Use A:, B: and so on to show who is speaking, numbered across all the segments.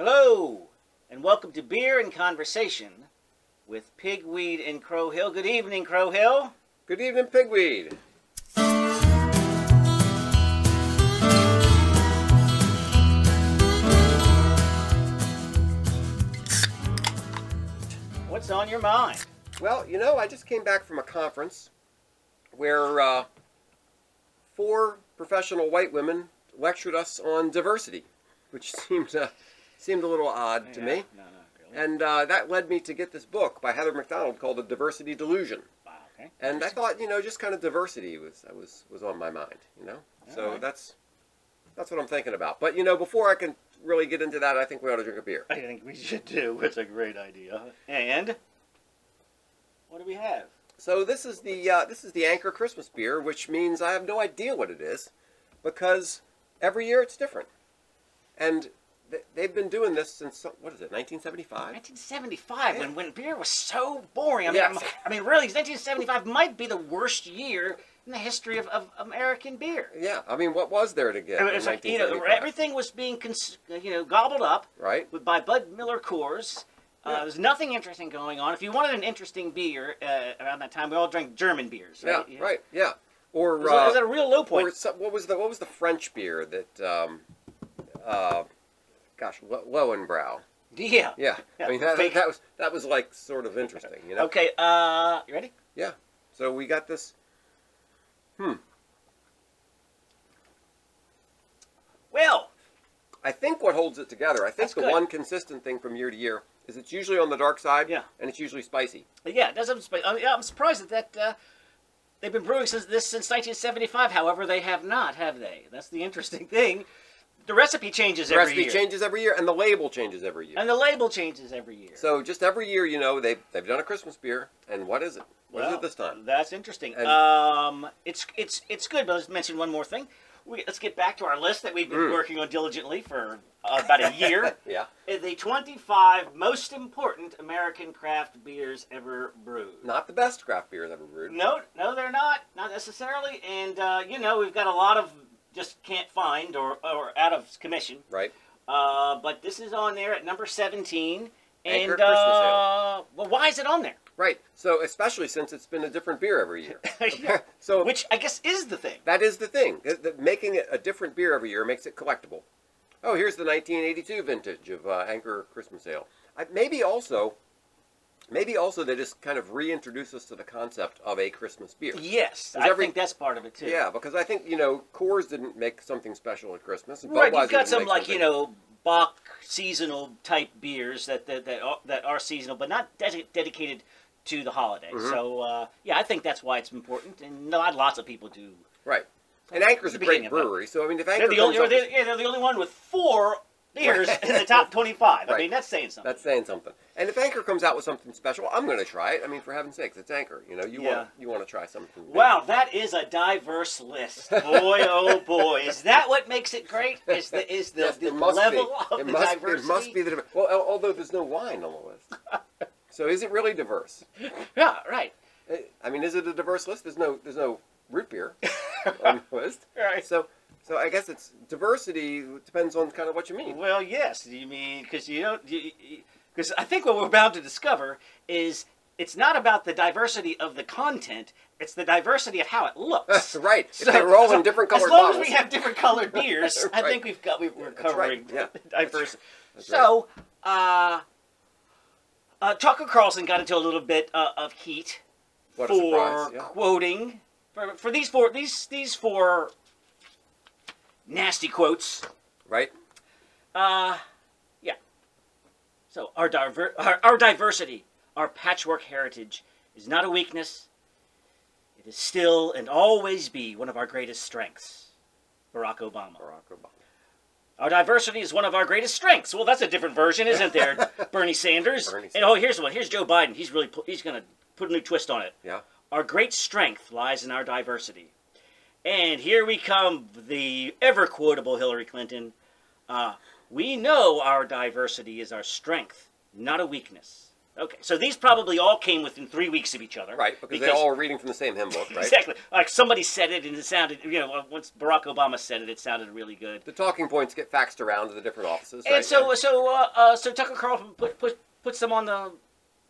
A: Hello, and welcome to Beer and Conversation with Pigweed and Crow Hill. Good evening, Crow Hill.
B: Good evening, Pigweed.
A: What's on your mind?
B: Well, you know, I just came back from a conference where uh, four professional white women lectured us on diversity, which seemed uh, seemed a little odd to
A: Yeah,
B: me.
A: No, no, really.
B: And uh, that led me to get this book by Heather McDonald called The Diversity Delusion.
A: Wow, okay.
B: And I thought, you know, just kind of diversity was was was on my mind, you know. So
A: Alright.
B: that's that's what I'm thinking about. But you know, before I can really get into that, I think we ought to drink a beer.
C: I think we should do. It's a great idea.
A: And what do we have?
B: So this is the uh, this is the Anchor Christmas beer, which means I have no idea what it is, because every year it's different, and th- they've been doing this since what is it, 1975?
A: 1975,
B: Yeah.
A: when, when beer was so boring. I mean,
B: Yes.
A: I mean, really, 1975 might be the worst year in the history of, of American beer.
B: Yeah, I mean, what was there to get?
A: I mean,
B: in
A: it's like, you know,
B: 1975,
A: everything was being, cons- you know, gobbled up.
B: right?
A: with- by Bud Miller Coors. Uh,
B: Yeah.
A: There's nothing interesting going on. If you wanted an interesting beer uh, around that time, we all drank German beers.
B: Yeah,
A: Right.
B: right, yeah. Or
A: It was, it was
B: uh,
A: at a real low
B: or
A: point.
B: some, what was the what was the French beer that? Um, uh, gosh, Lo- Lowenbrow.
A: Yeah.
B: Yeah,
A: Yeah,
B: I mean that,
A: fake.
B: that was that was like sort of interesting, you know.
A: Okay. Uh, you ready?
B: So we got this. Hmm.
A: Well,
B: I think what holds it together, I think
A: That's
B: the
A: good.
B: one consistent thing from year to year is it's usually on the dark side
A: Yeah.
B: and it's usually spicy.
A: yeah. It doesn't. sp- I mean, I'm surprised that that uh, they've been brewing since this since 1975. However, they have not, have they? That's the interesting thing. The recipe changes
B: The
A: every
B: recipe
A: year,
B: changes every year and the label changes every year.
A: and the label changes every year.
B: so just every year, you know, they've, they've done a Christmas beer and what is it? What is
A: Wow,
B: it this time?
A: That's interesting.
B: And-
A: um, it's it's it's good, but let's mention one more thing. We, let's get back to our list that we've been
B: Mm.
A: working on diligently for uh, about a year.
B: Yeah.
A: Uh, the 25 most important American craft beers ever brewed.
B: Not the best craft beers ever brewed.
A: No, no, they're not, not necessarily. And uh, you know, we've got a lot of just can't find or or out of commission.
B: Right?
A: Uh, but this is on there at number 17.
B: Anchor
A: And
B: Christmas
A: uh, well, why is it on there?
B: Right. So especially since it's been a different beer every year. so
A: Which I guess is the thing.
B: that is the thing. Th- th- making it a different beer every year makes it collectible. Oh, here's the 1982 vintage of uh, Anchor Christmas Ale. I, maybe also, maybe also they just kind of reintroduce us to the concept of a Christmas beer.
A: Yes,
B: Is
A: I
B: every-
A: think that's part of it too.
B: Yeah, because I think you know Coors didn't make something special at Christmas. and
A: right.
B: Budweiser
A: You've got
B: didn't
A: some
B: make
A: like
B: something-
A: you know Bach seasonal type beers that that that are, that are seasonal, but not dedi- dedicated to the holiday.
B: Mhm.
A: So uh, yeah, I think that's why it's important, and lot lots of people do.
B: right. And Anchor's a
A: Beginning
B: great
A: of that.
B: brewery, so I mean, if
A: They're
B: Anchor
A: the only
B: comes up
A: they're,
B: with-
A: yeah, they're the only one with four beers in the top twenty-five. I
B: Right.
A: mean, that's saying something.
B: that's saying something. And if Anchor comes out with something special, I'm going to try it. I mean, for heaven's sakes, it's Anchor. You know, you
A: Yeah.
B: want you want to try something. new.
A: Wow, that is a diverse list. Boy, oh boy, is that what makes it great? Is the is the,
B: Yes,
A: the
B: it must
A: level
B: be.
A: of
B: it
A: the
B: must,
A: diversity?
B: It must be the diver- well, al- although there's no wine on the list. so is it really diverse?
A: Yeah, right.
B: Eh, I mean, is it a diverse list? There's no there's no root beer on the list.
A: Right.
B: So so I guess it's diversity depends on kind of what you mean.
A: Well, yes. You mean because you don't because I think what we're about to discover is it's not about the diversity of the content; it's the diversity of how it looks.
B: right. if they're all in different
A: as
B: colored
A: long
B: bottles.
A: as we have different colored beers, I
B: Right.
A: think we've got we, we're
B: That's
A: covering
B: right, yeah.
A: diverse.
B: That's right.
A: so, uh, uh, Tucker Carlson got into a little bit uh, of heat
B: What a
A: for
B: surprise, yeah.
A: quoting for, for these four these these four nasty quotes.
B: right.
A: Uh, yeah. So our, diver- our our diversity, our patchwork heritage, is not a weakness. It is still and always be one of our greatest strengths. Barack Obama.
B: Barack Obama.
A: Our diversity is one of our greatest strengths. Well, that's a different version, isn't there, Bernie Sanders?
B: Bernie
A: And oh, here's one. Here's Joe Biden. He's really pu- he's gonna put a new twist on it.
B: Yeah.
A: Our great strength lies in our diversity. And here we come, the ever quotable Hillary Clinton. Uh, we know our diversity is our strength, not a weakness. Okay, so these probably all came within three weeks of each other.
B: Right, because, they all are reading from the same hymn book, right?
A: Exactly. Like somebody said it, and it sounded. You know, uh, once Barack Obama said it, it sounded really good.
B: The talking points get faxed around to the different offices.
A: And
B: right?
A: so, so, uh, uh, so Tucker Carlson put, put, puts them on the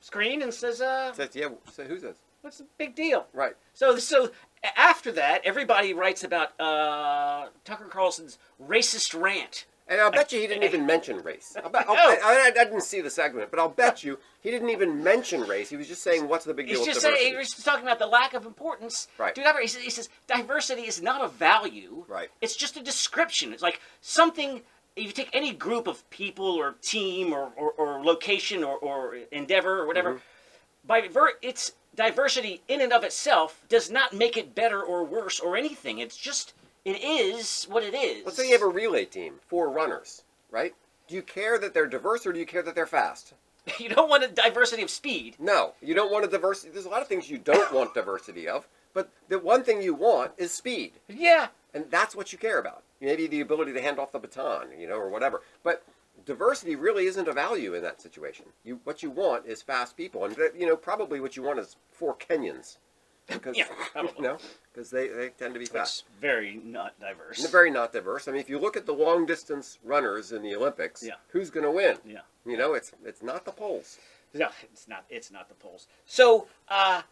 A: screen and says, uh,
B: Says, yeah, so who's this?
A: "What's the big deal?"
B: Right.
A: So, so a- after that, everybody writes about uh, Tucker Carlson's racist rant.
B: And I'll bet you he didn't even mention race. I'll bet, I'll,
A: No.
B: bet- I, I didn't see the segment, but I'll bet you he didn't even mention race. He was just saying, what's the big deal
A: He's
B: with
A: just
B: diversity?
A: saying, he's just talking about the lack of importance.
B: Right.
A: To diver- he says, he says diversity is not a value.
B: Right.
A: It's just a description. It's like something. If you take any group of people or team or, or, or location or, or endeavor or whatever,
B: Mm-hmm.
A: by ver- its diversity in and of itself does not make it better or worse or anything. It's just it is what it is.
B: Let's say you have a relay team, four runners, right? Do you care that they're diverse or do you care that they're fast?
A: you don't want a diversity of speed.
B: No, you don't want a diversity. There's a lot of things you don't want diversity of, but the one thing you want is speed,
A: Yeah.
B: and that's what you care about. Maybe the ability to hand off the baton, you know, or whatever. But diversity really isn't a value in that situation. You, what you want is fast people, and that- you know, probably what you want is four Kenyans, because
A: Yeah, probably.
B: you know, because they, they tend to be fast.
A: It's very not diverse.
B: And they're very not diverse. I mean, if you look at the long distance runners in the Olympics,
A: Yeah.
B: who's going to win?
A: Yeah.
B: You know, it's it's not the Poles.
A: No, it's not. It's not the polls. So, uh, all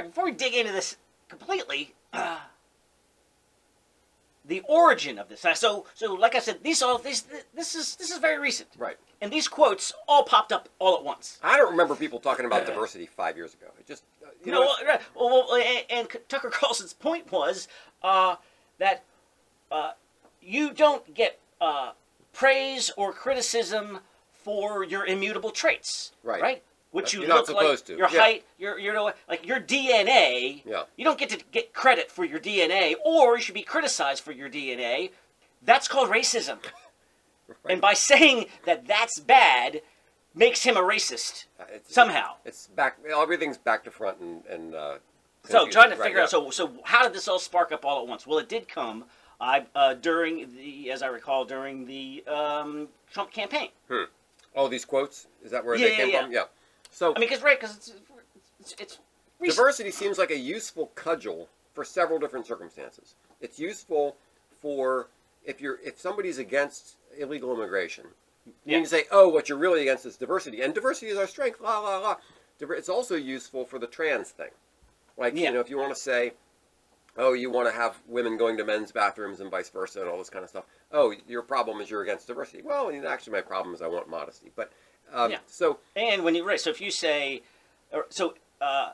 A: right, before we dig into this completely, uh, the origin of this. Uh, So, so like I said, these all these this is this is very recent,
B: Right.
A: and these quotes all popped up all at once.
B: I don't remember people talking about diversity five years ago. It just, uh, you
A: You
B: know,
A: know, well, well, well, and, and Tucker Carlson's point was uh, that uh, you don't get uh, praise or criticism for your immutable traits,
B: Right.
A: Right. What
B: You're
A: you
B: not
A: look
B: supposed to,
A: like, your
B: yeah.
A: height, your you know, like your DNA.
B: Yeah.
A: You don't get to get credit for your DNA, or you should be criticized for your DNA. That's called racism. And by saying that that's bad, makes him a racist.
B: Uh, it's,
A: somehow.
B: it's back. Everything's back to front and and. Uh,
A: So
B: confusing,
A: trying to
B: right,
A: figure
B: yeah.
A: out. So so how did this all spark up all at once? Well, it did come. I uh, during the as I recall during the um, Trump campaign.
B: all these quotes is that where
A: Yeah,
B: they came
A: yeah,
B: from? Yeah. So
A: I mean, because right, because it's it's, it's recent.
B: diversity seems like a useful cudgel for several different circumstances. It's useful for if you're if somebody's against illegal immigration,
A: Yeah.
B: you can say, "Oh, what you're really against is diversity, and diversity is our strength." La la la. Diver- It's also useful for the trans thing, like
A: Yeah.
B: you know, if you want to say, "Oh, you want to have women going to men's bathrooms and vice versa, and all this kind of stuff." Oh, your problem is you're against diversity. Well, you know, actually, my problem is I want modesty, but. Um,
A: Yeah.
B: So
A: And when you right, so if you say, or, so uh,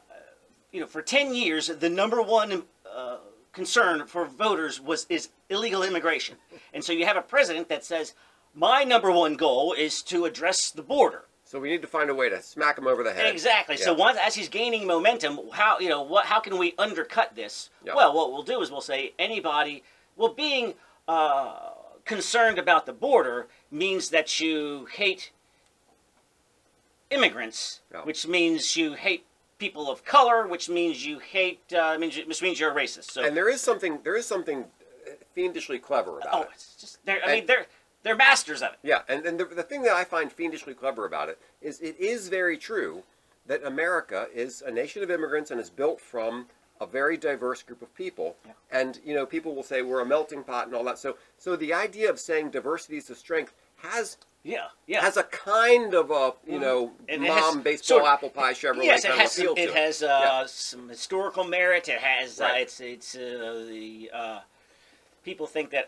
A: you know, for ten years, the number one uh, concern for voters was is illegal immigration, and so you have a president that says, my number one goal is to address the border.
B: so we need to find a way to smack them over the head.
A: Exactly. So
B: Yeah.
A: once as he's gaining momentum, how you know what? How can we undercut this?
B: Yeah.
A: Well, what we'll do is we'll say anybody. Well, being uh, concerned about the border means that you hate immigrants,
B: Yeah.
A: which means you hate people of color, which means you hate, uh, means which means you're a racist. So
B: And there is something there is something uh, fiendishly clever about
A: oh,
B: it.
A: it's just they're. I
B: uh, And-
A: mean, they're they're masters of it.
B: Yeah, and, and the, the thing that I find fiendishly clever about it is it is very true that America is a nation of immigrants and is built from a very diverse group of people. And you know, people will say we're a melting pot and all that. So so the idea of saying diversity is a strength has
A: Yeah. Yeah.
B: has a kind of a you know
A: And it has
B: mom baseball
A: sort of-
B: apple pie Chevrolet
A: Yes, it
B: kind
A: has.
B: of appeal
A: Some, it
B: to
A: has uh,
B: Yeah.
A: some historical merit. It has. Uh,
B: Right.
A: it's it's uh, the uh, people think that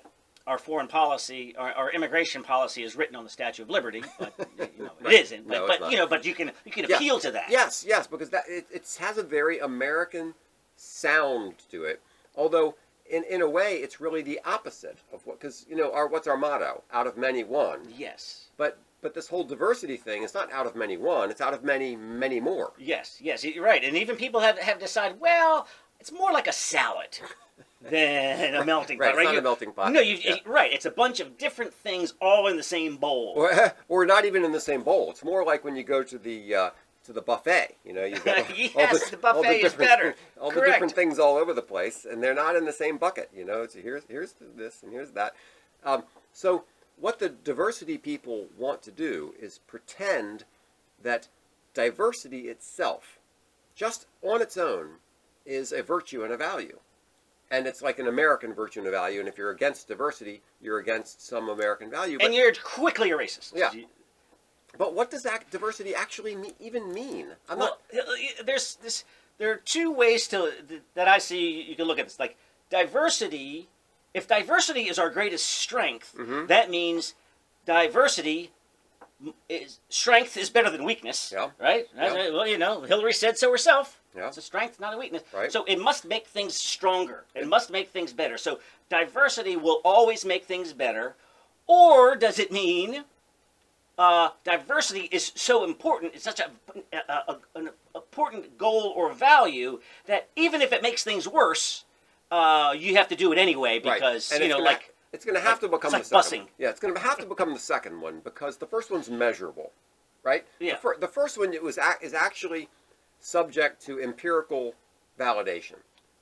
A: our foreign policy, our, our immigration policy, is written on the Statue of Liberty, but you know,
B: Right.
A: it isn't. But,
B: No, it's
A: but you
B: not.
A: know, but you can you can
B: Yeah.
A: appeal to that.
B: Yes, yes, because that it, it has a very American sound to it. Although in in a way it's really the opposite of what because you know our what's our motto? Out of many one.
A: Yes.
B: But but this whole diversity thing it's not out of many one, it's out of many many more.
A: Yes. Yes. You're right. And even people have have decided. Well, it's more like a salad than a melting
B: Right,
A: pot.
B: it's
A: Right.
B: not a
A: You-
B: melting pot.
A: No, you
B: Yeah.
A: it- right. It's a bunch of different things all in the same bowl.
B: Or, or not even in the same bowl. It's more like when you go to the uh, to the buffet, you know, you've got all
A: Yes, the
B: all
A: buffet is
B: different-
A: better.
B: All the
A: Correct.
B: different things all over the place, and they're not in the same bucket. You know, it's here's here's this and here's that. Um, so what the diversity people want to do is pretend that diversity itself, just on its own, is a virtue and a value. And it's like an American virtue and a value. And if you're against diversity, you're against some American value. But,
A: and you're quickly a racist.
B: Yeah.
A: You-
B: but what does act, diversity actually me, even mean? I'm
A: well,
B: not.
A: there's this. There are two ways to that I see. You can look at this like diversity. If diversity is our greatest strength,
B: Mhm.
A: that means diversity is strength is better than weakness.
B: Yeah.
A: Right. That's
B: Yeah.
A: right. Well, you know, Hillary said so herself.
B: Yeah.
A: It's a strength, not a weakness.
B: Right.
A: So it must make things stronger. It must make things better. So diversity will always make things better. Or does it mean uh, diversity is so important, it's such a, a, a- an important goal or value that even if it makes things worse, uh, you have to do it anyway
B: Right.
A: because,
B: And
A: you
B: it's
A: know,
B: gonna-
A: like,
B: it's going to have
A: like-
B: to become
A: it's
B: the
A: like
B: second. One.
A: busing.
B: Yeah, it's going to have to become the second one because the first one's measurable, right?
A: Yeah.
B: The, fir- the first one it was ac is actually subject to empirical validation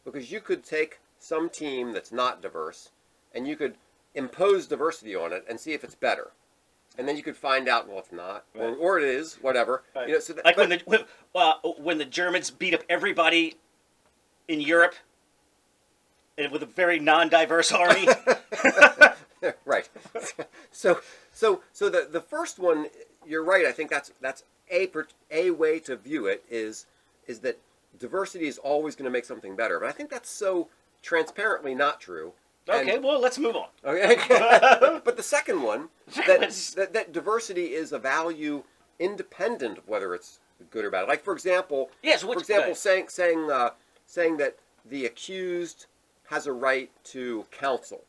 B: because you could take some team that's not diverse and you could impose diversity on it and see if it's better. And then you could find out, well, it's not,
C: Right.
B: or, or it is, whatever.
C: Right.
B: You know, so that,
A: like
B: but-
A: when, the, when, uh, when the Germans beat up everybody in Europe and with a very non diverse army.
B: right. so so so the the first one, you're right. I think that's that's a per- a way to view it is is that diversity is always going to make something better. But I think that's so transparently not true. And-
A: okay, well, let's move on.
B: Okay. but the second one, that, that, that diversity is a value independent of whether it's good or bad. Like, for example,
A: Yes,
B: for
A: which-
B: example,
A: right.
B: saying, saying, uh, saying that the accused has a right to counsel,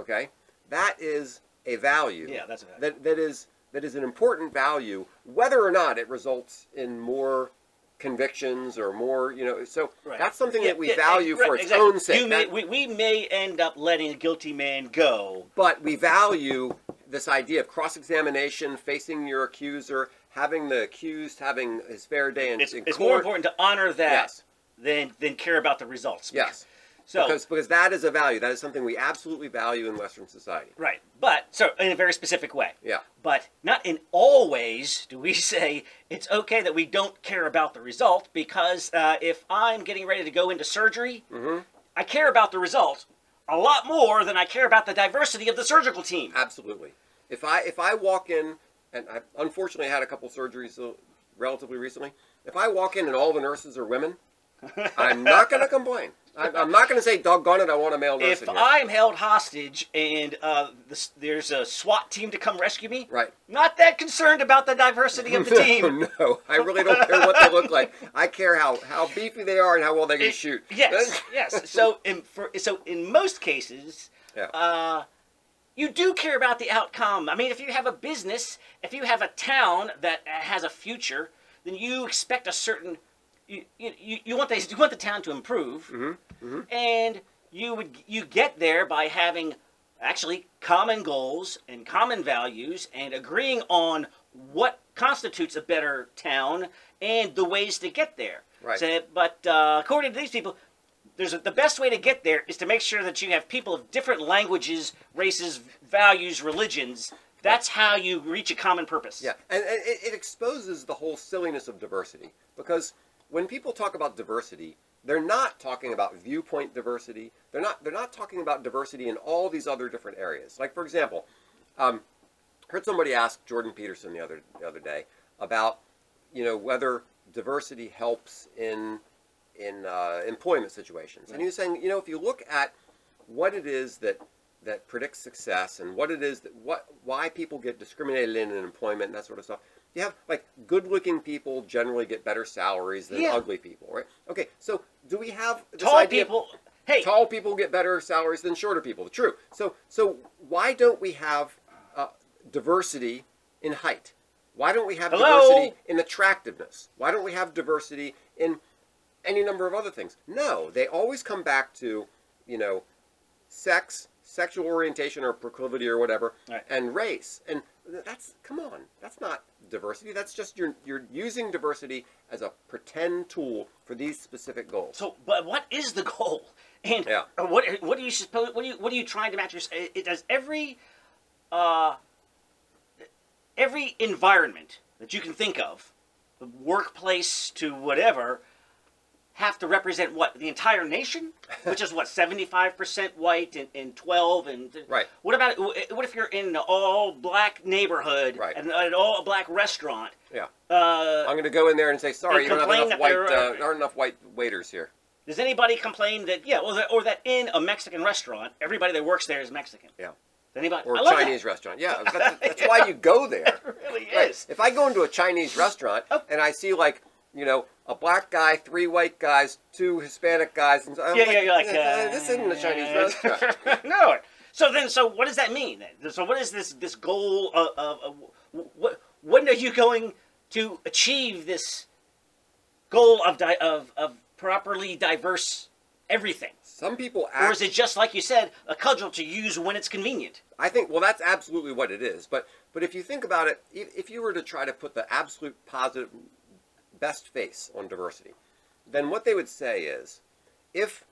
B: okay? That is a value.
A: Yeah, that's a value.
B: That, that, is, that is an important value, whether or not it results in more convictions or more, you know, so
A: Right.
B: that's something
A: Yeah,
B: that we
A: yeah,
B: value
A: right,
B: for its
A: exactly.
B: own sake.
A: You may,
B: That-
A: we, we may end up letting a guilty man go.
B: but we value this idea of cross-examination, facing your accuser, having the accused having his fair day in,
A: It's,
B: in
A: it's
B: court.
A: more important to honor that
B: Yes.
A: than than care about the results.
B: Yes,
A: So
B: because because that is a value. That is something we absolutely value in Western society.
A: right, but so in a very specific way.
B: Yeah,
A: But not in all ways do we say it's okay that we don't care about the result because uh, if I'm getting ready to go into surgery,
B: Mm-hmm.
A: I care about the result a lot more than I care about the diversity of the surgical team.
B: absolutely. If I if I walk in, and I unfortunately had a couple surgeries uh, relatively recently. If I walk in and all the nurses are women, I'm not going to complain. I'm, I'm not going to say, "Doggone it, I want a male nurse."
A: if
B: in here.
A: I'm held hostage and uh, this, there's a SWAT team to come rescue me,
B: Right.
A: Not that concerned about the diversity of the team.
B: No, no, I really don't care what they look like. I care how, how beefy they are and how well they can
A: It-
B: shoot.
A: Yes, yes. So in for, so in most cases,
B: Yeah.
A: uh, you do care about the outcome. I mean, if you have a business, if you have a town that uh, has a future, then you expect a certain you you, you- you want the you want the town to improve, and you would you get there by having actually common goals and common values and agreeing on what constitutes a better town and the ways to get there.
B: Right.
A: So, but uh, according to these people, there's a, the best way to get there is to make sure that you have people of different languages, races, values, religions. That's how you reach a common purpose.
B: Yeah, and, and it, it exposes the whole silliness of diversity because when people talk about diversity, they're not talking about viewpoint diversity. They're not they're not talking about diversity in all these other different areas. Like for example, um, heard somebody ask Jordan Peterson the other the other day about you know whether diversity helps in in uh, employment situations, and he was saying you know if you look at what it is that that predicts success and what it is that what why people get discriminated in in employment and that sort of stuff. You have like good-looking people generally get better salaries than
A: Yeah.
B: ugly people, right? Okay, so do we have this
A: Tall
B: idea of-
A: people. Hey,
B: tall people get better salaries than shorter people. True. So so why don't we have uh, diversity in height? Why don't we have
A: Hello?
B: diversity in attractiveness? Why don't we have diversity in any number of other things? No, they always come back to you know sex, sexual orientation or proclivity or whatever,
A: Right.
B: and race. And th- that's come on, that's not diversity. That's just you're you're using diversity as a pretend tool for these specific goals.
A: So, but what is the goal? And
B: Yeah.
A: uh, what what do you suppose? What do you what are you trying to match? Your, it it does every uh, every environment that you can think of workplace to whatever have to represent what the entire nation, which is what seventy five percent white and, and twelve and
B: Right.
A: What about what if you're in an all black neighborhood
B: Right.
A: and an all black restaurant?
B: Yeah.
A: Uh,
B: I'm going to go in there and say, sorry,
A: They
B: you don't have
A: complain
B: enough
A: that
B: white,
A: there
B: uh,
A: are-
B: there aren't enough white waiters here.
A: Does anybody complain that yeah, or that, or that in a Mexican restaurant, everybody that works there is Mexican?
B: Yeah.
A: Does anybody?
B: Or
A: I
B: a
A: love
B: Chinese restaurant. Yeah, that's, that's why you go there.
A: That. It really
B: Right.
A: is.
B: If I go into a Chinese restaurant
A: Oh.
B: and I see like, you know, a black guy, three white guys, two Hispanic guys, and so I'm
A: Yeah,
B: like,
A: yeah, you're like
B: "Eh,
A: uh,
B: this isn't a Chinese restaurant.
A: no. So then, so what does that mean? Then? So what is this this goal of, of, of what? When are you going to achieve this goal of di- of of properly diverse everything?
B: Some people act.
A: Or is it just like you said, a cudgel to use when it's convenient?
B: I think well, that's absolutely what it is. But but if you think about it, if, if you were to try to put the absolute positive best face on diversity, then what they would say is, if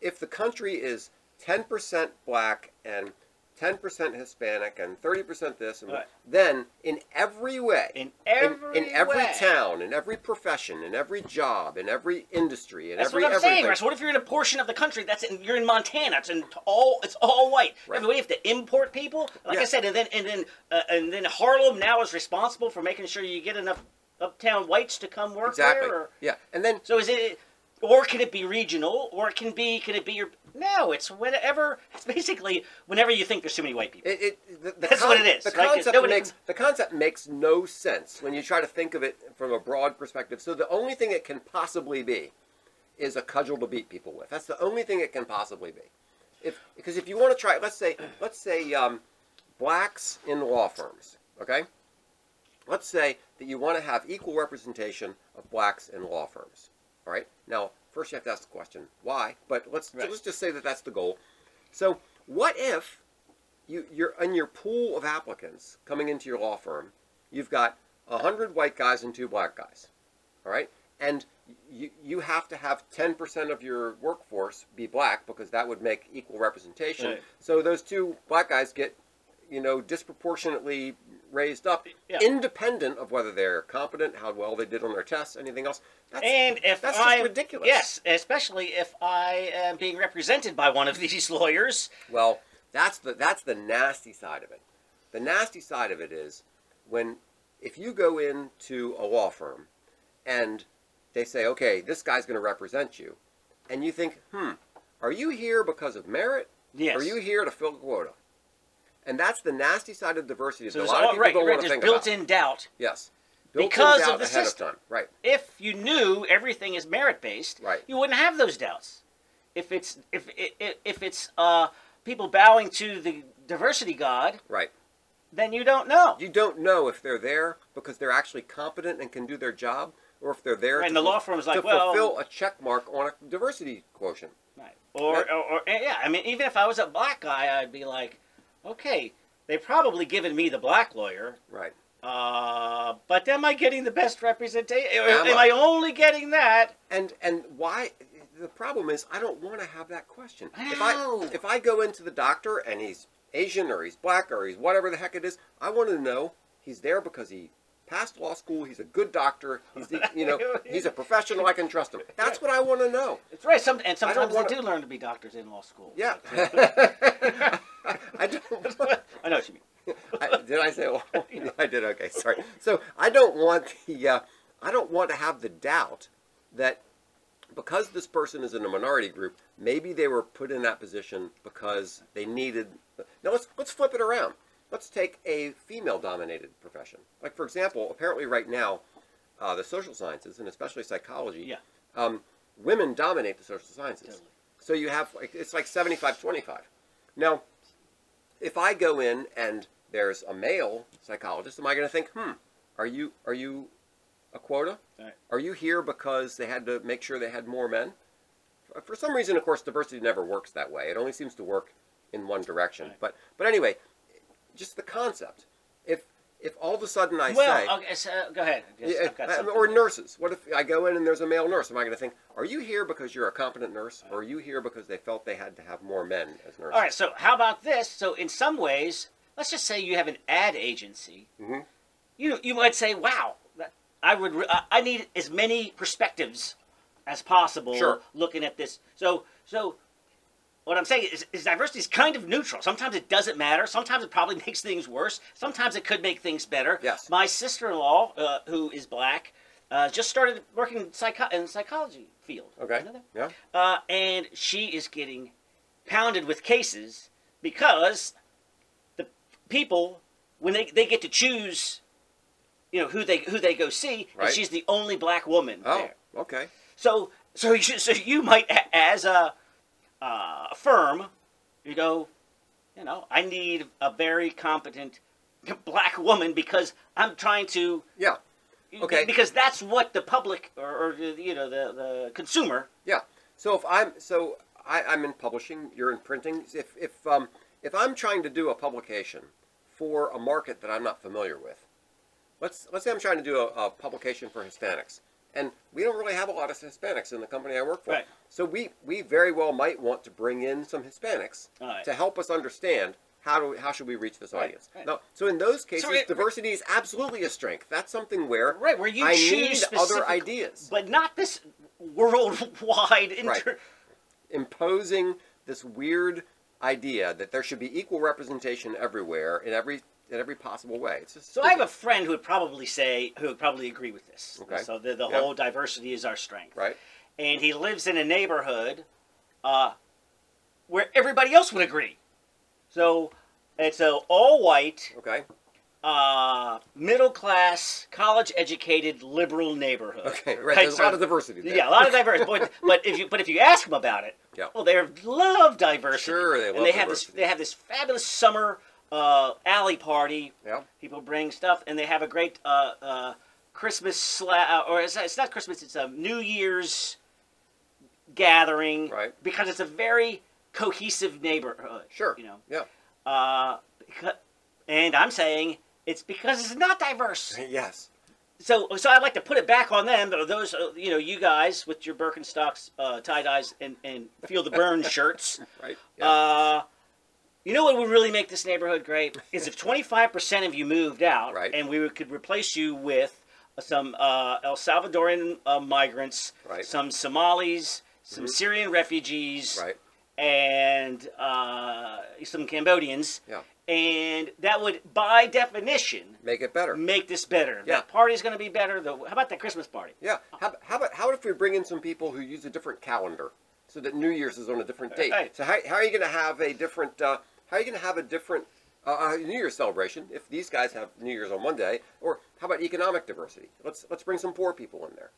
B: if the country is 10% black and 10% Hispanic and 30% this, and
A: Right.
B: then in every way,
A: In
B: in,
A: every
B: in every
A: way.
B: town, in every profession, in every job, in every industry, in
A: That's
B: every
A: what I'm saying.
B: everything,
A: Russ. What if you're in a portion of the country that's in, you're in Montana? It's in all it's all white.
B: Right.
A: And we have to import people, like
B: Yeah.
A: I said, and then and then uh, and then Harlem now is responsible for making sure you get enough uptown whites to come work
B: exactly,
A: there. Or,
B: yeah, and then
A: so is it, or can it be regional, or it can be can it be your? No, it's whenever. It's basically whenever you think there's too many white people.
B: It, it, the, the
A: That's what it is,
B: The
A: right? 'Cause
B: concept
A: nobody-
B: makes the concept makes no sense when you try to think of it from a broad perspective. So the only thing it can possibly be is a cudgel to beat people with. That's the only thing it can possibly be. If because if you want to try, let's say let's say um, blacks in law firms, okay? Let's say that you want to have equal representation of blacks in law firms. All right. Now, first you have to ask the question why, but let's
A: Right.
B: let's just say that that's the goal. So, what if you, you're in your pool of applicants coming into your law firm, you've got hundred white guys and two black guys, all right, and you you have to have ten percent of your workforce be black because that would make equal representation.
C: Right.
B: So those two black guys get, you know, disproportionately raised up,
A: Yeah.
B: independent of whether they're competent, how well they did on their tests, anything else. That's,
A: And if
B: that's just
A: I'm
B: ridiculous.
A: yes, especially if I am being represented by one of these lawyers.
B: Well, that's the that's the nasty side of it. The nasty side of it is when if you go into a law firm and they say, "Okay, this guy's going to represent you," and you think, "Hmm, are you here because of merit?
A: Yes.
B: Are you here to fill a quota?" And that's the nasty side of diversity. that
A: So there's
B: a lot of
A: all,
B: people
A: right,
B: don't
A: right,
B: want to
A: there's
B: think about.
A: built-in doubt.
B: Yes, built-in
A: Because of
B: doubt
A: the
B: ahead
A: system.
B: of time. Right.
A: if you knew everything is merit based,
B: Right.
A: you wouldn't have those doubts. If it's if if, if it's uh, people bowing to the diversity god,
B: Right.
A: then you don't know.
B: You don't know if they're there because they're actually competent and can do their job, or if they're there
A: Right,
B: to
A: and the law
B: ful-
A: firm's
B: to
A: like, well-
B: fulfill a check mark on a diversity quotient.
A: Right. Or,
B: Right.
A: or or yeah, I mean, even if I was a black guy, I'd be like, okay, they probably given me the black lawyer.
B: Right.
A: Uh, but am I getting the best representation?
B: Am
A: Am,
B: I?
A: I only getting that?
B: And and why the problem is I don't want to have that question. If
A: No.
B: I if I go into the doctor and he's Asian or he's black or he's whatever the heck it is, I want to know he's there because he passed law school, he's a good doctor, he's the, you know, he's a professional, I can trust him. That's what I want to know.
A: It's right. Some and sometimes
B: wanna-
A: they do learn to be doctors in law school.
B: Yeah. I don't want
A: I know what you mean.
B: I, did I say? Well, I did. Okay, sorry. So I don't want the. Uh, I don't want to have the doubt that because this person is in a minority group, maybe they were put in that position because they needed. Now let's let's flip it around. Let's take a female-dominated profession. Like for example, apparently right now, uh, the social sciences and especially psychology.
A: Yeah.
B: Um, women dominate the social sciences.
A: Totally.
B: So you have like it's like 75-25. Now if I go in and there's a male psychologist, am I going to think, hmm, are you are you a quota?
A: Right.
B: Are you here because they had to make sure they had more men? For- For some reason, of course, diversity never works that way. It only seems to work in one direction.
A: Right.
B: But but anyway, just the concept. If if all of a sudden I say,
A: Well, okay, so, go ahead. Yes,
B: yeah,
A: I've got
B: I-
A: something
B: or
A: there.
B: nurses. What if I go in and there's a male nurse? Am I going to think, are you here because you're a competent nurse, or are you here because they felt they had to have more men as nurses?
A: All right, so how about this? So in some ways, let's just say you have an ad agency.
B: Mhm.
A: You you might say, "Wow, that, I would. re- I- I need as many perspectives as possible.
B: Sure.
A: Looking at this, so so. What I'm saying is, is diversity is kind of neutral. Sometimes it doesn't matter. Sometimes it probably makes things worse. Sometimes it could make things better.
B: Yes.
A: My sister-in-law, uh, who is black, uh, just started working in, psycho- in the psychology field.
B: Okay.
A: You know that?
B: Yeah.
A: Uh, and she is getting pounded with cases because the people, when they, they get to choose, you know who they who they go see,
B: Right.
A: and she's the only black woman
B: Oh,
A: there.
B: okay.
A: So so you, so you might a- as a, uh, a firm, you go, you know, I need a very competent black woman because I'm trying to
B: Yeah. Okay.
A: because that's what the public or, or you know the the consumer
B: Yeah. So if I'm so I, I'm in publishing, you're in printing. If if um, if I'm trying to do a publication for a market that I'm not familiar with, let's let's say I'm trying to do a, a publication for Hispanics, and we don't really have a lot of Hispanics in the company I work for.
A: Right.
B: So we we very well might want to bring in some Hispanics
A: All right.
B: to help us understand. How, do we, how should we reach this
A: Right,
B: audience?
A: right.
B: Now, so in those cases,
A: it-
B: diversity is absolutely a strength. That's something where
A: Right, where you
B: I
A: choose
B: need other
A: specific-
B: ideas.
A: but not this worldwide inter-
B: imposing this weird idea that there should be equal representation everywhere in every in every possible way. It's just
A: so i have a friend who would probably say who would probably agree with this
B: Okay.
A: so the, the
B: Yeah.
A: whole diversity is our strength
B: right.
A: and he lives in a neighborhood uh, where everybody else would agree so it's a all white
B: Okay.
A: uh, middle class college educated liberal neighborhood
B: Okay. Right. There's
A: so-
B: a lot of diversity. There.
A: yeah, a lot of diverse. But, but if you but if you ask them about it,
B: Yeah.
A: well, they love diversity.
B: Sure, they
A: and
B: love
A: they have this
B: diversity.
A: they have this fabulous summer uh, alley party.
B: Yeah.
A: People bring stuff, and they have a great uh, uh, Christmas sla- uh, or it's, it's not Christmas, it's a New Year's gathering.
B: Right.
A: Because it's a very cohesive neighborhood.
B: Sure.
A: You know.
B: Yeah.
A: Uh, becau- and I'm saying it's because it's not diverse
B: Yes.
A: so so I'd like to put it back on them. though, Those uh, you know, you guys with your Birkenstocks, uh, tie dyes, and and feel the burn shirts.
B: Right.
A: Uh, you know what would really make this neighborhood great is if twenty five percent of you moved out,
B: Right.
A: and we would- could replace you with some uh, El Salvadorian uh, migrants,
B: Right. Mm-hmm.
A: some Somalis, some Syrian refugees,
B: right.
A: and uh, some Cambodians.
B: Yeah.
A: And that would, by definition,
B: Make it better.
A: make this better.
B: Yeah.
A: That party's going to be better. The, how about that Christmas party?
B: Yeah. How, how about how if we bring in some people who use a different calendar, so that New Year's is on a different date?
A: Right.
B: So how, how are you going to have a different? Uh, how are you going to have a different uh, uh, New Year's celebration if these guys have New Year's on one day? Or how about economic diversity? Let's let's bring some poor people in there.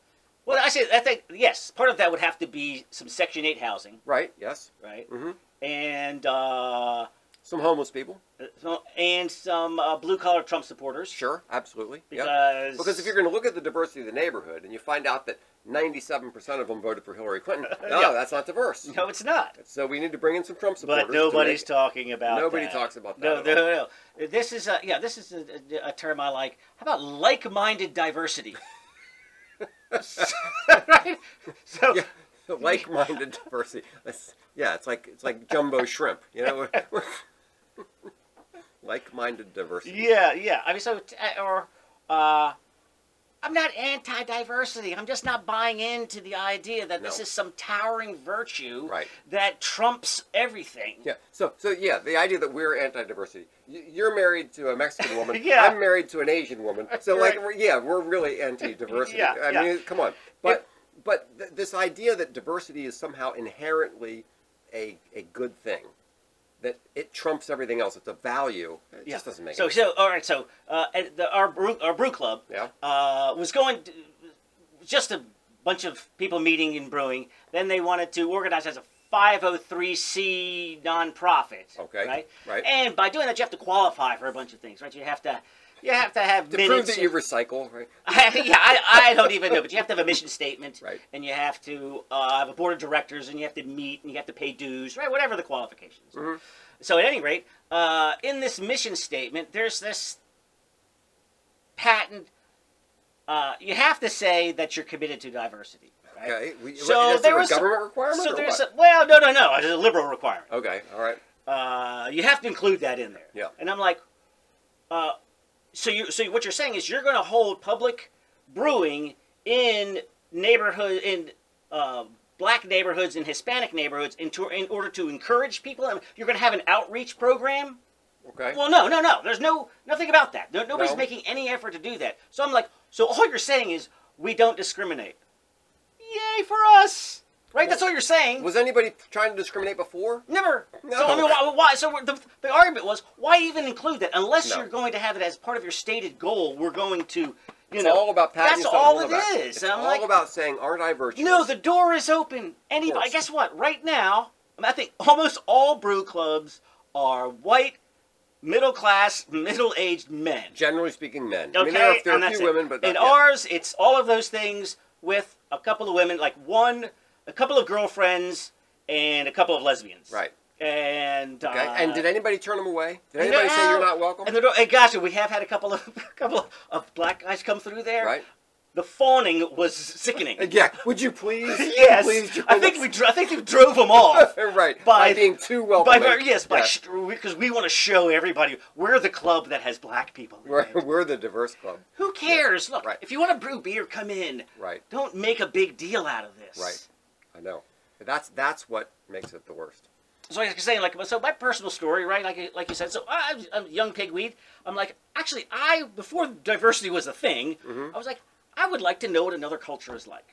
A: Well, I say I think yes. Part of that would have to be some Section Eight housing,
B: Right. Yes.
A: right?
B: hmm
A: And uh,
B: Some homeless people.
A: so- and some uh, blue collar Trump supporters.
B: Sure. Absolutely.
A: Because
B: yeah. Because if you're going to look at the diversity of the neighborhood and you find out that 97% of them voted for Hillary Clinton, no,
A: Yeah.
B: that's not diverse.
A: no, it's not.
B: So we need to bring in some Trump supporters.
C: But
B: to
C: nobody's
B: make-
C: talking about
B: Nobody
C: that.
B: talks about
A: No,
B: that.
A: no,
B: at all.
A: no. This is a yeah. This is a, a, a term I like. How about like-minded diversity? right. So
B: Yeah. Like-minded diversity. That's, yeah, it's like it's like jumbo shrimp. You know, We're- we're- like-minded diversity.
A: Yeah, yeah. I mean, so t- uh, or uh, I'm not anti-diversity. I'm just not buying into the idea that this
B: No.
A: is some towering virtue
B: Right.
A: that trumps everything.
B: Yeah. So so yeah, the idea that we're anti-diversity. Y- You're married to a Mexican woman.
A: Yeah.
B: I'm married to an Asian woman. So like
A: Right.
B: we're, yeah, we're really anti-diversity.
A: Yeah,
B: I
A: yeah.
B: mean, come on. But but th- this idea that diversity is somehow inherently a a good thing. That it trumps everything else. It's a value. It
A: Yeah.
B: just doesn't make
A: so
B: sense.
A: so all right. So uh, at the, our brew, our brew club
B: Yeah.
A: uh, was going to, just a bunch of people meeting and brewing. Then they wanted to organize as a 503c nonprofit.
B: Okay,
A: Right.
B: right.
A: And by doing that, you have to qualify for a bunch of things, right? You have to. You have to have
B: To prove
A: minutes
B: that
A: and-
B: you recycle, right?
A: yeah, I, I don't even know, but you have to have a mission statement,
B: Right.
A: And you have to uh, have a board of directors, and you have to meet, and you have to pay dues, right? Whatever the qualifications.
B: Mm-hmm.
A: So at any rate, uh, in this mission statement, there's this patent. Uh, you have to say that you're committed to diversity. Right?
B: Okay. We,
A: So
B: is
A: there
B: there a
A: was some-
B: government requirement?
A: So
B: or
A: there's
B: what?
A: a, well, no, no, no. It's a liberal requirement.
B: Okay. All right.
A: Uh, you have to include that in there.
B: Yeah.
A: And I'm like, uh, so you so what you're saying is you're going to hold public brewing in neighborhood in uh, black neighborhoods and Hispanic neighborhoods in, to, in order to encourage people. I mean, you're going to have an outreach program.
B: Okay.
A: Well, no, no, no. There's no nothing about that. No, nobody's
B: No.
A: making any effort to do that. So I'm like, so all you're saying is we don't discriminate. Yay for us, right? That's all you're saying.
B: Was anybody trying to discriminate before?
A: Never.
B: No.
A: So I mean, why? why so we're- the, the argument was, why even include that unless
B: No.
A: you're going to have it as part of your stated goal? We're going to, you
B: It's
A: know,
B: all about patting
A: that's
B: yourself
A: all
B: on
A: it
B: the back.
A: is.
B: It's
A: And I'm
B: all
A: like,
B: about saying, aren't I virtuous?
A: no, the door is open.
B: course.
A: Anybody? Guess what? Right now, I, mean, I think almost all brew clubs are white, middle class, middle aged men.
B: generally speaking, men.
A: Okay,
B: I mean, there are, there are
A: and
B: a
A: that's
B: few
A: it.
B: women, but
A: in
B: yeah.
A: ours, it's all of those things with a couple of women, like one, a couple of girlfriends, and a couple of lesbians.
B: right.
A: And
B: Okay.
A: uh,
B: and did anybody turn them away?
A: and
B: Did anybody
A: they're
B: say you're
A: out,
B: not welcome?
A: And, they're, and gotcha, we have had a couple of a couple of, of black guys come through there.
B: Right.
A: The fawning was sickening.
B: Uh, Yeah. Would you please?
A: yes.
B: Please join
A: I think
B: us?
A: we dro- I think we drove them off.
B: right. By,
A: by-
B: being too
A: by
B: welcoming.
A: yes, by
B: Yeah.
A: because we want to show everybody we're the club that has black people. in
B: We're,
A: it.
B: we're the diverse club.
A: Who cares? Look,
B: Right.
A: if you want to brew beer, come in.
B: Right.
A: Don't make a big deal out of this.
B: Right. I know. That's that's what makes it the worst.
A: so like I was saying, like so my personal story, right? Like like you said, so I, I'm a young pigweed. I'm like, actually, I before diversity was a thing,
B: Mm-hmm.
A: I was like, I would like to know what another culture is like.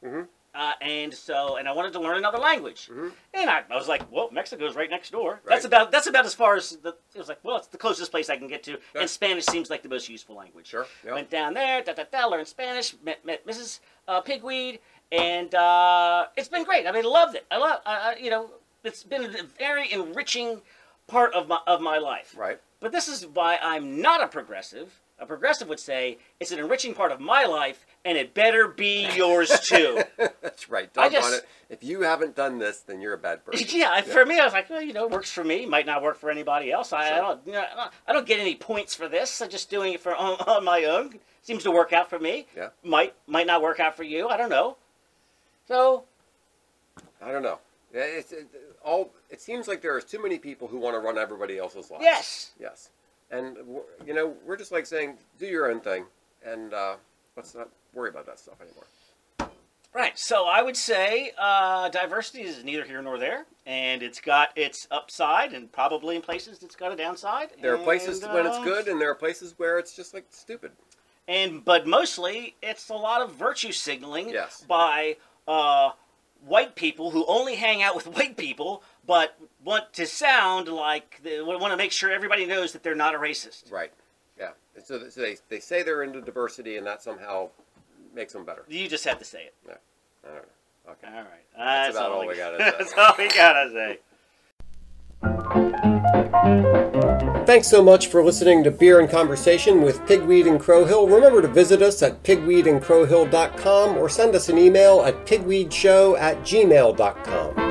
A: Uh, and so, and I wanted to learn another language, and I, I was like, "Well, Mexico's right next door. That's
B: Mm-hmm. Right.
A: about that's about as far as the." It was like, "Well, it's the closest place I can get to."
B: Yeah.
A: And Spanish seems like the most useful language.
B: Sure, yeah.
A: Went down there, da da da, learned Spanish, met, met Mrs. Uh, Pigweed, and uh, it's been great. I mean, loved it. I love, uh, you know, it's been a very enriching part of my of my life.
B: Right.
A: But this is why I'm not a progressive. A progressive would say it's an enriching part of my life, and it better be yours too.
B: That's right.
A: I
B: Dog on
A: just-
B: it. If you haven't done this, then you're a bad person.
A: yeah, I- for me, I was like, well, you know, it works for me. Might not work for anybody else. I, I
B: Sure.
A: don't, you know, I don't- I don't get any points for this. I'm just doing it for on, on my own. Seems to work out for me.
B: Yeah.
A: Might might not work out for you. I don't know. So
B: I don't know. Yeah, It's it, all. It seems like there are too many people who want to run everybody else's lives.
A: yes,
B: Yes. And we're- you know, we're just like saying, do your own thing, and uh, let's not worry about that stuff anymore.
A: right. So I would say uh, diversity is neither here nor there, and it's got its upside, and probably in places it's got a downside.
B: There are places
A: and,
B: when it's
A: uh,
B: good, and there are places where it's just like stupid.
A: and but mostly it's a lot of virtue signaling
B: Yes.
A: by uh, white people who only hang out with white people but want to sound like they want to make sure everybody knows that they're not a racist
B: Right. Yeah. And So, so they they say they're into diversity, and that somehow makes them better.
A: you just have to say it
B: I don't know. Okay.
A: all right
B: That's about all we gotta say.
A: that's all we gotta say
B: Thanks so much for listening to Beer and Conversation with Pigweed and Crowhill. Remember to visit us at pigweedandcrowhill.com or send us an email at pigweedshow at gmail.com.